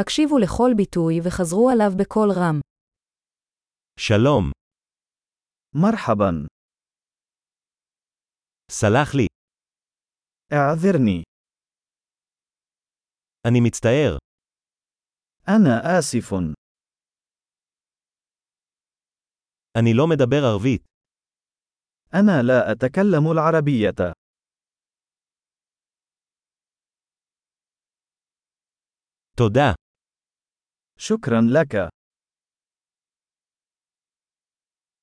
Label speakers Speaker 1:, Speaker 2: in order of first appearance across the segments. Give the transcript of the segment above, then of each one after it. Speaker 1: הקשיבו לכל ביטוי וחזרו עליו בקול רם.
Speaker 2: שלום,
Speaker 3: مرحبا.
Speaker 2: סלח לי,
Speaker 3: اعذرني.
Speaker 2: אני מצטער,
Speaker 3: أنا آسف.
Speaker 2: אני לא מדבר ערבית,
Speaker 3: أنا لا أتكلم العربية.
Speaker 2: תודה,
Speaker 3: شكرا لك.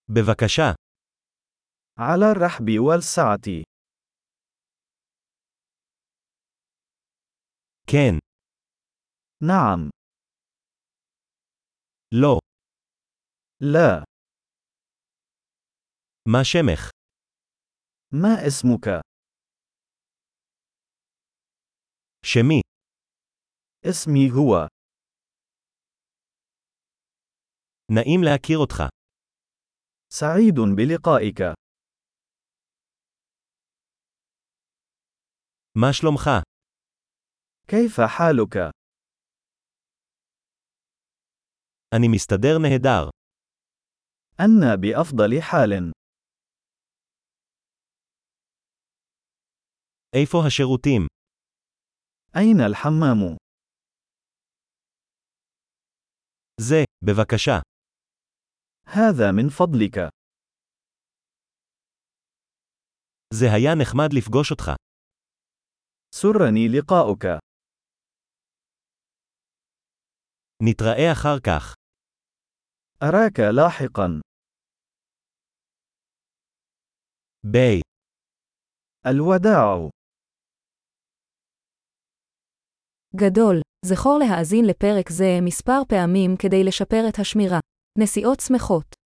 Speaker 2: בבקשה,
Speaker 3: على الرحب والسعة.
Speaker 2: כן,
Speaker 3: نعم.
Speaker 2: לא,
Speaker 3: لا.
Speaker 2: מה שמך?
Speaker 3: ما اسمك؟
Speaker 2: שמי,
Speaker 3: اسمي هو.
Speaker 2: נעים להכיר אותך.
Speaker 3: سعيد بلقائك.
Speaker 2: מה שלומך?
Speaker 3: كيف حالك؟
Speaker 2: אני מסתדר נהדר.
Speaker 3: أنا بأفضل حال.
Speaker 2: איפה השירותים?
Speaker 3: أين الحمام؟
Speaker 2: זה, בבקשה.
Speaker 3: هذا من فضلك.
Speaker 2: זה היה נחמד לפגוש אותך.
Speaker 3: سرني لقاؤك.
Speaker 2: נתראה אחר כך.
Speaker 3: أراك لاحقا.
Speaker 2: ביי.
Speaker 3: الوداع.
Speaker 1: גדול, זכור להאזין לפרק זה מספר פעמים כדי לשפר את השמירה. נסיעות שמחות